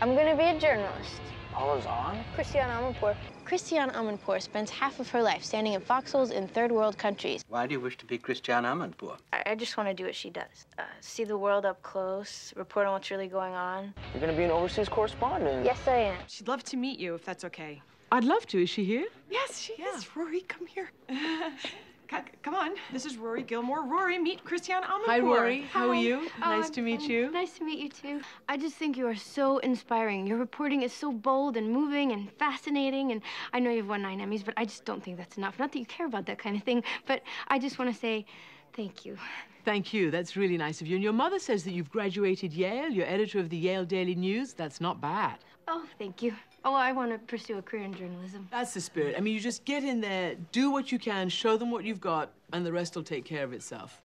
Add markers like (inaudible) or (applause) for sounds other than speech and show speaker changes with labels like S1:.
S1: I'm gonna be a journalist.
S2: Paula's on?
S1: Christiane Amanpour. Christiane Amanpour spends half of her life standing in foxholes in third world countries.
S2: Why do you wish to be Christiane Amanpour?
S3: I, I just want to do what she does uh, see the world up close, report on what's really going on.
S2: You're gonna be an overseas correspondent.
S1: Yes, I am.
S4: She'd love to meet you if that's okay.
S5: I'd love to. Is she here?
S4: Yes, she
S5: Yeah.
S4: is. Rory, come
S5: (laughs)
S4: here. C- come on. This is Rory Gilmore. Rory, meet Christiane Amanpour.
S5: Hi, Rory. How are
S6: Hi.
S5: you?
S6: Oh,
S5: nice
S6: I'm
S5: to meet
S6: fine.
S5: you.
S6: Nice to meet you too. I just think you are so inspiring. Your reporting is so bold and moving and fascinating. And I know you've won nine Emmys, but I just don't think that's enough. Not that you care about that kind of thing, but I just want to say thank you.
S5: Thank you. That's really nice of you. And your mother says that you've graduated Yale. You're editor of the Yale Daily News. That's not bad.
S6: Oh, thank you. Oh, I want to pursue a career in journalism.
S5: That's the spirit. I mean, you just get in there, do what you can, show them what you've got, and the rest will take care of itself.